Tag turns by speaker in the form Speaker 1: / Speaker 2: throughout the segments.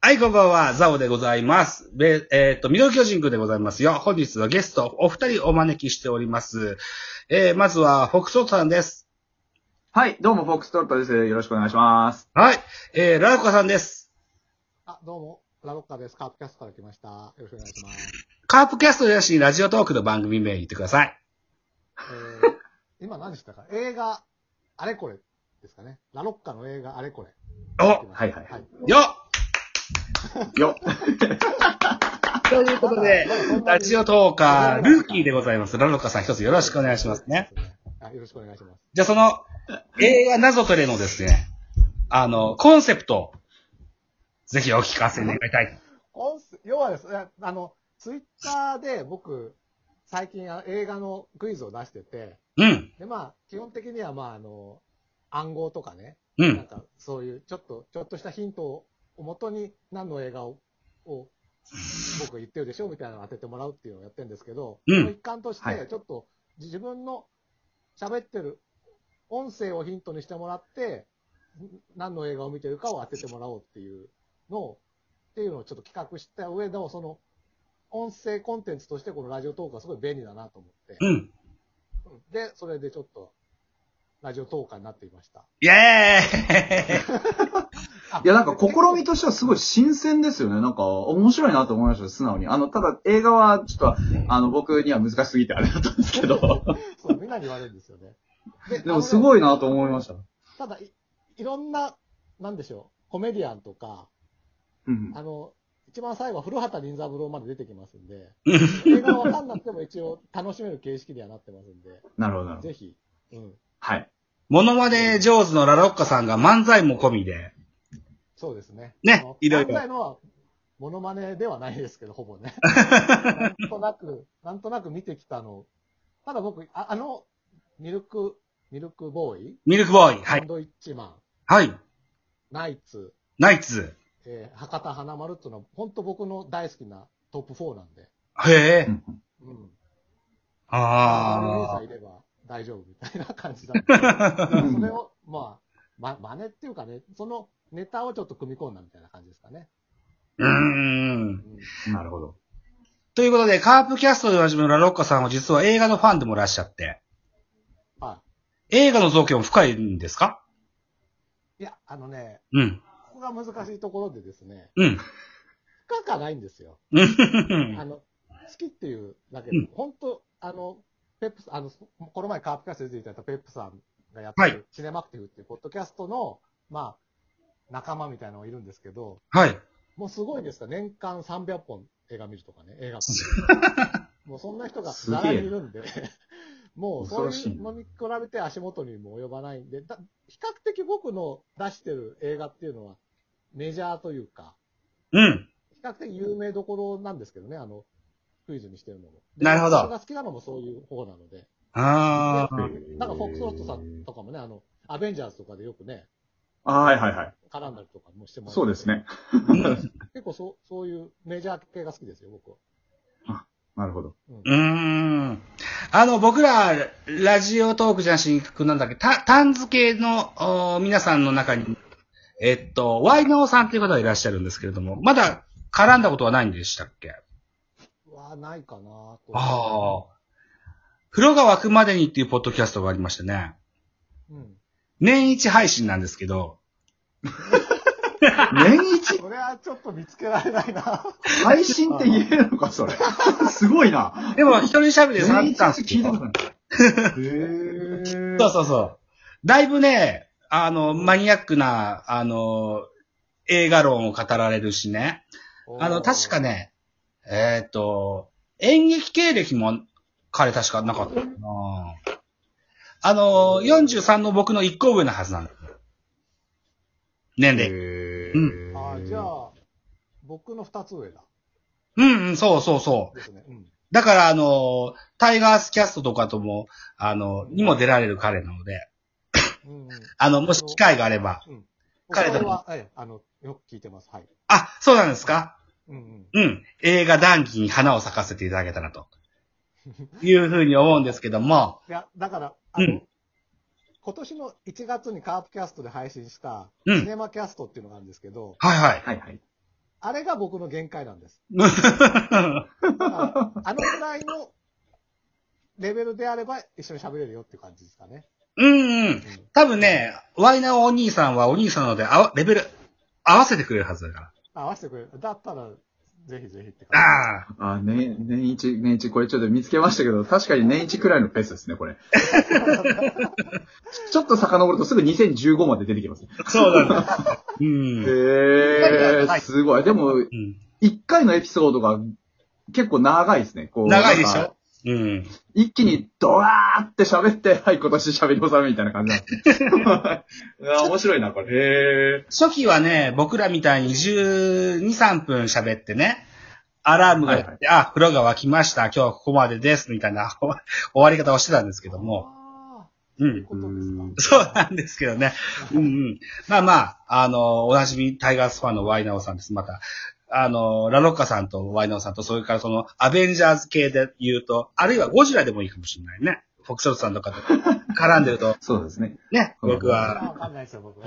Speaker 1: はい、こんばんは、ザオでございます。べえっ、と、ミドル巨人くんでございますよ。本日はゲスト、お二人お招きしております。えー、まずは、フォックソートさんです。
Speaker 2: はい、どうも、フォックストロットです。よろしくお願いします。
Speaker 1: はい、えー、ラロカさんです。
Speaker 3: あ、どうも、ラロッカです。カープキャストから来ました。よろしくお願いします。
Speaker 1: カープキャストやし、ラジオトークの番組名言ってください。
Speaker 3: えー、今何でしたか映画、あれこれですかね。ラロッカの映画、あれこれ。
Speaker 1: お
Speaker 3: はい
Speaker 2: はいはい
Speaker 3: はい。
Speaker 1: よ
Speaker 2: よ
Speaker 1: っということで、ラジオトーカー、ルーキーでございます。ラロカさん一つよろしくお願いしますね。。
Speaker 3: あよろしくお願いします。
Speaker 1: じゃあその、映画謎トレのですね、あの、コンセプト、ぜひお聞かせ願いたい。
Speaker 3: 音声要はですね、あの、ツイッターで僕、最近あ映画のクイズを出してて、
Speaker 1: うん、
Speaker 3: で、まあ、基本的には、まあ、あの、暗号とかね、
Speaker 1: う
Speaker 3: なん
Speaker 1: ん、
Speaker 3: かそういうちょっと、ちょっとしたヒントをもとに何の映画を、を僕が言ってるでしょみたいなのを当ててもらうっていうのをやってるんですけど、
Speaker 1: うん
Speaker 3: その一環とし
Speaker 2: は
Speaker 3: て、
Speaker 2: い
Speaker 3: ちょっと自分の喋ってる音声をヒントにしてもらって、何の映画を見てるかを当ててもらおうっていうのを、っていうのをちょっと企画した上の、その、音声コンテンツとしてこのラジオトークはすごい便利だなと思って、
Speaker 1: うん。
Speaker 3: で、それでちょっと、ラジオトークになっていました。
Speaker 1: イェーイ
Speaker 3: あ
Speaker 2: いや、なんか、試みとしてはすごい新鮮ですよね。なんか、面白いなと思いました、素直に。あの、ただ、映画は、ちょっと、あの、僕には難しすぎてあれだったんですけ ど。
Speaker 3: そう、みんなに言われるんですよね。で
Speaker 2: でも、すご
Speaker 3: い。
Speaker 2: いなと思いました。
Speaker 3: ただい、いろんな、なんでしょう、コメディアンとか、
Speaker 2: うん。
Speaker 3: あの、一番最後は古畑任三郎まで出てきますんで、
Speaker 1: うん
Speaker 3: 映画はわかんなくても一応楽しめる形式にはなってますんで、
Speaker 2: なるほど、なるほど。
Speaker 3: ぜひ、うん、
Speaker 2: はい。
Speaker 1: モノマネ上手のラロッカさんが漫才も込みで。
Speaker 3: そうですね。
Speaker 1: ね
Speaker 3: あの
Speaker 1: いろいろ
Speaker 3: 漫才のは、モノマネではないですけど、ほぼ ね。なんとなく、なんとなく見てきたの。ただ僕、ああの、ミルク、ミルクボーイ、
Speaker 1: ミルクボーイ。は
Speaker 3: サン
Speaker 1: い。
Speaker 3: ドイッチマン、
Speaker 1: はい。
Speaker 3: ナイツ、
Speaker 1: ナイツ。
Speaker 3: えー博多華丸っていうのは、本当僕の大好きなトップ4なんで。
Speaker 1: へえ。
Speaker 2: うん
Speaker 3: うん。
Speaker 1: あ
Speaker 3: あ。
Speaker 1: あ。
Speaker 3: いれば大丈夫みたいな感じなんで。それを、まあ、ま、真似っていうかね、そのネタをちょっと組み込んだみたいな感じですかね。
Speaker 1: うーん。
Speaker 3: うん。
Speaker 2: なるほど。
Speaker 1: ということで、カープキャストでおなじみのラロッカさんは実は映画のファンでもいらっしゃって、
Speaker 3: は
Speaker 1: 映画の造形も深いんですか
Speaker 3: い。いや、あのね、
Speaker 1: うん。
Speaker 3: ここが難しいところでですね、
Speaker 1: うん。
Speaker 3: 深くはないんですよ。
Speaker 1: う
Speaker 3: あ
Speaker 1: ん。
Speaker 3: の、好きっていうだけ
Speaker 1: うん
Speaker 3: で、本当あの、ペップス、あの、この前カープキャストで出ていただいたペップさんがやって
Speaker 1: はい
Speaker 3: る、シネマクティブっていうポッドキャストの、まあ、仲間みたいなのがいるんですけど、
Speaker 1: はい。
Speaker 3: もうすごいですか年間300本映画見るとかね、映画館もうそんな人が
Speaker 2: すげえ
Speaker 3: 並びにいるんで、もう
Speaker 2: 恐
Speaker 3: そう
Speaker 2: ろしい
Speaker 3: いうのに比べて足元にも及ばないんで、だ比較的僕の出してる映画っていうのはメジャーというか、
Speaker 1: うん。
Speaker 3: 比較的有名どころなんですけどね、あの、クイズにしてるのも。で
Speaker 1: なるほど
Speaker 3: 私が好きなのもそういう方なので。
Speaker 1: ああ。
Speaker 3: なんかフォックスロットさんとかもね、あの、アベンジャーズとかでよくね、
Speaker 2: あはいはいはい。
Speaker 3: 絡んだりとかもしてもらって
Speaker 2: そうです。ね。
Speaker 3: 結構そう、そういうメジャー系が好きですよ、僕は。
Speaker 2: なるほど。
Speaker 3: うん
Speaker 1: うーん。あの、僕ら、ラジオトークじゃなし、なんだっけ、た、タンズ系の、お皆さんの中に、えっと、ワイナオさんっていう方がいらっしゃるんですけれども、まだ絡んだことはないんでしたっけ
Speaker 3: はないかなと。
Speaker 1: ああ。風呂が湧くまでにっていうポッドキャストがありましてね。
Speaker 3: うん。
Speaker 1: 年一配信なんですけど、
Speaker 2: 年一
Speaker 3: それはちょっと見つけられないな。
Speaker 2: 配信って言えるのか、それ。 すごいな。
Speaker 1: でも一人喋りで
Speaker 2: 年
Speaker 1: 3
Speaker 2: 一
Speaker 1: 時間。
Speaker 2: って聞いた ことない。 へ
Speaker 1: そうそうそう。だいぶね、あの、マニアックな、あの、映画論を語られるしね。 あの、確か。ね、えっ、と、演劇経歴も彼確かなかったかな。あの、43の僕の1個上のはずなんだ。年齢。
Speaker 2: え。
Speaker 1: う
Speaker 3: ああ、じゃあ、僕の二つ上だ。
Speaker 1: うん、うん、そうそうそう。
Speaker 3: ですね。うん。
Speaker 1: だから、あの、タイガースキャストとかとも、あの、にも出られる彼なので、
Speaker 3: うん、うん。
Speaker 1: あの、もし機会があれば。
Speaker 3: うん。
Speaker 1: 彼だ
Speaker 3: それは、ええ、あの、よく聞いてます。はい。
Speaker 1: あ、そうなんですか
Speaker 3: うんうん。
Speaker 1: うん。映画談義に花を咲かせていただけたらと。いうふうに思うんですけども、
Speaker 3: いや、だから、あの、
Speaker 1: うん
Speaker 3: 今年の1月にカープキャストで配信した、
Speaker 1: うん
Speaker 3: シネマキャストっていうのがあるんですけど、
Speaker 1: はいはい。
Speaker 2: はいはい。
Speaker 3: あれが僕の限界なんです。だからあのくらいのレベルであれば一緒に喋れるよっていう感じですかね。
Speaker 1: うんうん
Speaker 3: う。ん
Speaker 1: 多分ね、ワイナーお兄さんはお兄さんなので、あわレベル、合わせてくれるはずだか
Speaker 3: 合わせてくれる。だったら、ぜひぜひって
Speaker 1: ら。
Speaker 3: 感
Speaker 1: ああ。
Speaker 2: あ、年、年一、年一、これちょっと見つけましたけど、確かに年一くらいのペースですね、 これ。ちょっと遡るとすぐ2015まで出てきます。
Speaker 1: そうなんだ。 う
Speaker 2: へ
Speaker 1: ん。
Speaker 2: ー、すごい。でも、
Speaker 1: うん
Speaker 2: 一回のエピソードが結構長いですね。こう
Speaker 1: 長いでし
Speaker 2: なんか
Speaker 1: ょうん。
Speaker 2: 一気にドワーって喋って、はい、今年喋り納めみたいな感じなんです ね。いや面白いな、これ。へ
Speaker 1: 初期はね、僕らみたいに12、3分喋ってね、アラームが鳴って、
Speaker 2: は
Speaker 1: あ、風呂が沸きました、今日はここまでです、みたいな 終わり方をしてたんですけ
Speaker 3: じ。
Speaker 1: ども、
Speaker 3: あ
Speaker 1: う。
Speaker 3: ー。そういうんことですか
Speaker 2: うん。
Speaker 1: そうなんですけどね。うんうん。まあまあ、あの、おなじみタイガースファンのワイナオさんです。また、あの、ラロッカさんとワイナオさんと、それからその、アベンジャーズ系で言うと、あるいはゴジラでもいいかもしれないね。フォクショットさんとかと絡んでると、
Speaker 2: そうですね。
Speaker 1: ね、
Speaker 2: うん
Speaker 1: 僕
Speaker 3: あ
Speaker 1: は、
Speaker 3: わかんないですよ、僕。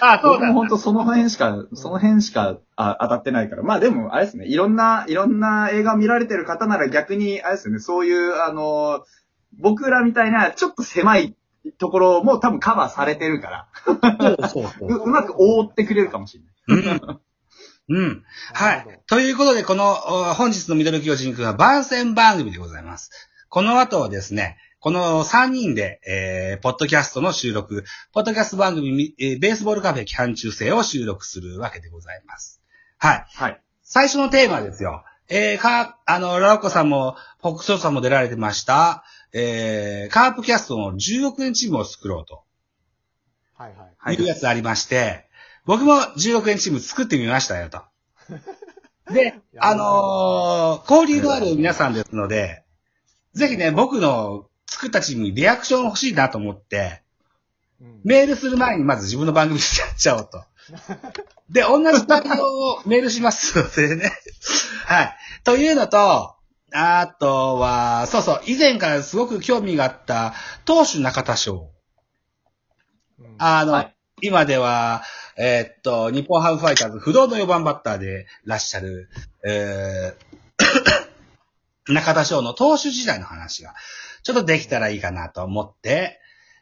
Speaker 1: あ、そう
Speaker 2: 僕
Speaker 1: だ
Speaker 2: も。本当その辺しか、その辺しかあ当たってないから。まあでも、あれですね、いろんな、いろんな映画見られてる方なら逆に、あれですよね、そういう、あの、僕らみたいな、ちょっと狭いところも多分カバーされてるから、
Speaker 1: そうそう
Speaker 2: ううまく覆ってくれるかもしれない。
Speaker 1: うん。うん。は
Speaker 3: なるほ
Speaker 1: い。ということで、この、お本日のミドル巨人くんは番宣番組でございます。この後はですね、この3人で、えー、ポッドキャストの収録、ポッドキャスト番組み、えーベースボールカフェ期間中制を収録するわけでございます。はい。
Speaker 2: はい。
Speaker 1: 最初のテーマですよ。えー、か、あの、ラロコさんも、フォックソーさんも出られてました、えー、カープキャストの10億円チームを作ろうと。
Speaker 3: どはいはい。
Speaker 2: はい
Speaker 1: いうやつありまして、僕も10億円チーム作ってみましたよと。で、あのー交流のある皆さんですので、ぜひね、僕の作ったチームにリアクション欲しいなと思って、
Speaker 3: うん
Speaker 1: メールする前にまず自分の番組にしちゃおうと。で、同じ番組をメールします のでね。はい。というのと、あとは、そうそう、以前からすごく興味があった、投手中田翔。
Speaker 3: うん
Speaker 1: あの、
Speaker 2: はい
Speaker 1: 今では、えーっと、日本ハムファイターズ不動の4番バッターでいらっしゃる、えー 中田翔の投手時代の話が、ちょっとできたらいいかなと思って、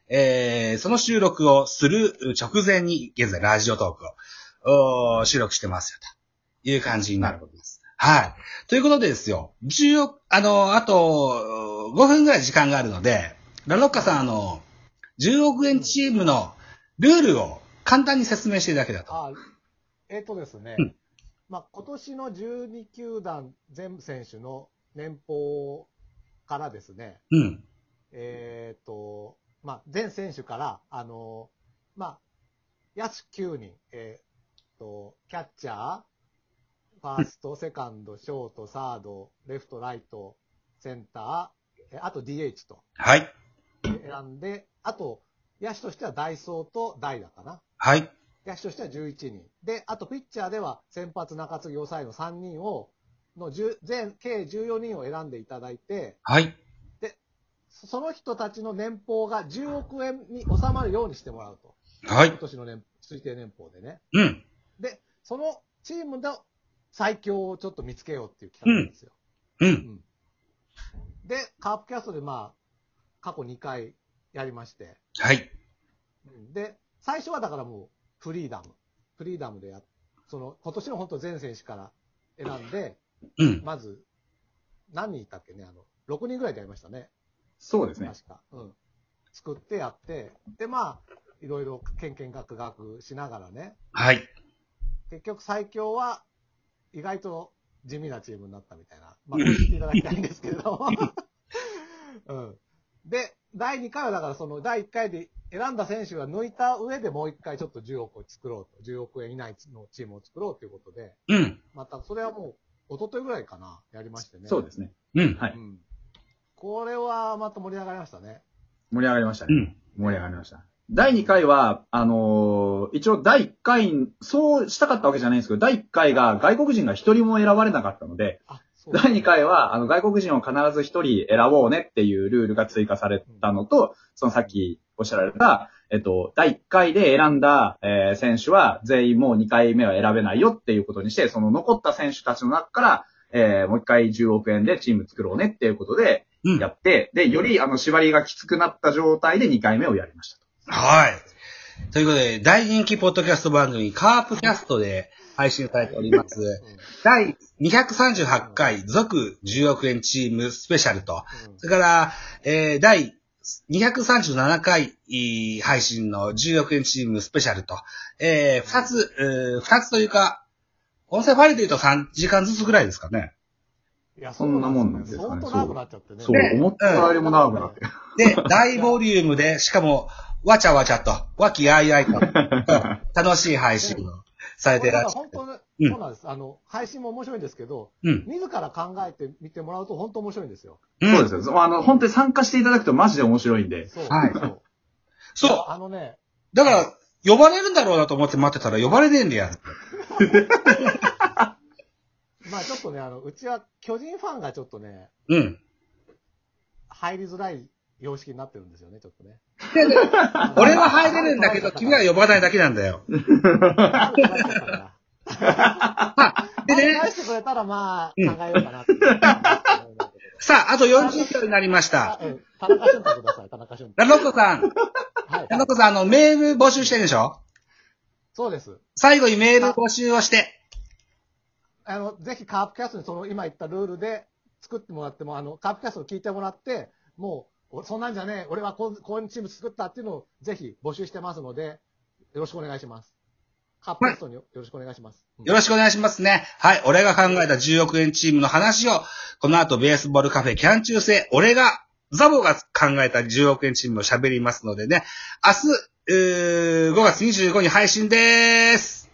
Speaker 1: えーその収録をする直前に、現在ラジオトークを、おー収録してますよ、という感じになるわけです。はい。ということでですよ、10億、あの、あと、5分ぐらい時間があるので、ラロッカさん、あの、10億円チームのルールを簡単に説明していただけだと。
Speaker 3: あえっ、とですね、
Speaker 1: うん
Speaker 3: まあ、今年の12球団全選手の年俸からですね、
Speaker 1: うん。
Speaker 3: えっ、と、まあ、全選手から、あの、まあ、野手9人、えっ、と、キャッチャー、ファースト、セカンド、ショート、サード、レフト、ライト、センター、えあと DH と
Speaker 1: はい。
Speaker 3: え選んで、あと、野手としてはダイソーと代打かな。
Speaker 1: はい。
Speaker 3: 野手としては11人。で、あとピッチャーでは先発、中継ぎ、抑えの3人を、の10全計14人を選んでいただいて、
Speaker 1: はい。
Speaker 3: そその人たちの年俸が10億円に収まるようにしてもらうと。
Speaker 1: は
Speaker 3: 今
Speaker 1: い。
Speaker 3: 年の年推定年俸でね。
Speaker 1: うん。
Speaker 3: で、そのチームの最強をちょっと見つけようっていう企画なんですよ。
Speaker 1: うん。
Speaker 3: で、カープキャストでまあ、過去2回やりまして。
Speaker 1: はい。
Speaker 3: うんで、最初はだからもう、フリーダム。フリーダムでやっ、その、今年の本当全選手から選んで、
Speaker 1: うん。
Speaker 3: まず、何人いたっけね、あの、6人ぐらいでやりましたね。
Speaker 2: そうですね。
Speaker 3: 確か。うん。作ってやって、で、まあ、いろいろ、けんけんがくがくしながらね、
Speaker 1: はい。
Speaker 3: 結局最強は、意外と地味なチームになったみたいな。まあ、これ聞いていただきたいんですけれど も。うん。で、第2回はだからその、第1回で選んだ選手が抜いた上でもう1回ちょっと10億を作ろうと。10億円以内のチームを作ろうということで、
Speaker 1: うん。
Speaker 3: また、それはもう、一昨日ぐらいかな、やりましてね。
Speaker 2: そうですね。
Speaker 1: うん。
Speaker 2: はい
Speaker 3: うん。これはまた盛り上がりましたね。
Speaker 2: 盛り上がりました
Speaker 1: う
Speaker 2: ね。
Speaker 1: ん。
Speaker 2: 盛り上がりました。第2回は、あのー一応第1回、そうしたかったわけじゃないんですけど、第1回が外国人が一人も選ばれなかったので、
Speaker 3: あ、そう
Speaker 2: 第2回は、あの、外国人を必ず一人選ぼうねっていうルールが追加されたのと、そのさっきおっしゃられた、えっと、第1回で選んだ、えー選手は全員もう2回目は選べないよっていうことにして、その残った選手たちの中から、えーもう1回10億円でチーム作ろうねっていうことで
Speaker 1: うん
Speaker 2: やって、で、よりあの、縛りがきつくなった状態で2回目をやりました。
Speaker 1: はい。ということで、大人気ポッドキャスト番組、カープキャストで配信されており ます。
Speaker 3: うん
Speaker 1: 第238回、続10億円チームスペシャルと、
Speaker 3: うん
Speaker 1: それから、えー第237回いい配信の10億円チームスペシャルと、えー、2つ、えー、2つというか、音声ファイルで言うと3時間ずつぐらいですかね。
Speaker 3: いや、
Speaker 2: そんなもんなんですかね
Speaker 3: 相当長くなっちゃってね。
Speaker 2: そう、
Speaker 1: ね
Speaker 2: 思ったよりも長くなって。
Speaker 1: で、大ボリュームで、しかも、わちゃわちゃと、わきあいあいと、 楽しい配信をされてらっしゃ
Speaker 3: 本
Speaker 1: る。
Speaker 3: 当ね
Speaker 1: うん
Speaker 3: そうなんです。あの、配信も面白いんですけど、
Speaker 1: うん。
Speaker 3: 自ら考えてみてもらうと本当面白いんですよ。
Speaker 1: うん
Speaker 2: そうですよ。そうあの、本当に参加していただくとマジで面白いんで。
Speaker 3: そう。
Speaker 1: はい
Speaker 3: そう。
Speaker 1: そう。
Speaker 3: あのね、
Speaker 1: だから、呼ばれるんだろうなと思って待ってたら呼ばれねえんだよ。
Speaker 3: まあちょっとね、あの、うちは巨人ファンがちょっとね、
Speaker 1: うん。
Speaker 3: 入りづらい様式になってるんですよね、ちょっとね。
Speaker 1: 俺は入れるんだけど、君は呼ば ないだけなんだよ。
Speaker 3: ばない。
Speaker 1: でね、
Speaker 3: 返してくれたら、まあ、
Speaker 1: うん
Speaker 3: 考えようかなって。
Speaker 1: さあ、あと40秒になりました。
Speaker 3: ええ田中俊太ください、田中俊太。
Speaker 1: ラノッコさん、
Speaker 3: はい
Speaker 1: ラ。ノッコさん、あの、メール募集してるでしょ
Speaker 3: そうです。
Speaker 1: 最後にメール募集をして。
Speaker 3: あの、ぜひカープキャストにその今言ったルールで作ってもらっても、あの、カープキャストを聞いてもらって、もう、おそんなんじゃねえ、俺はこう、こういうチーム作ったっていうのをぜひ募集してますので、よろしくお願いします。カープキャストによろしくお願いします。
Speaker 1: よろしくお願いしますね。はい。俺が考えた10億円チームの話を、この後ベースボールカフェキャン中制、俺が、ザボが考えた10億円チームを喋りますのでね。明日、えー5月25日に配信でーす。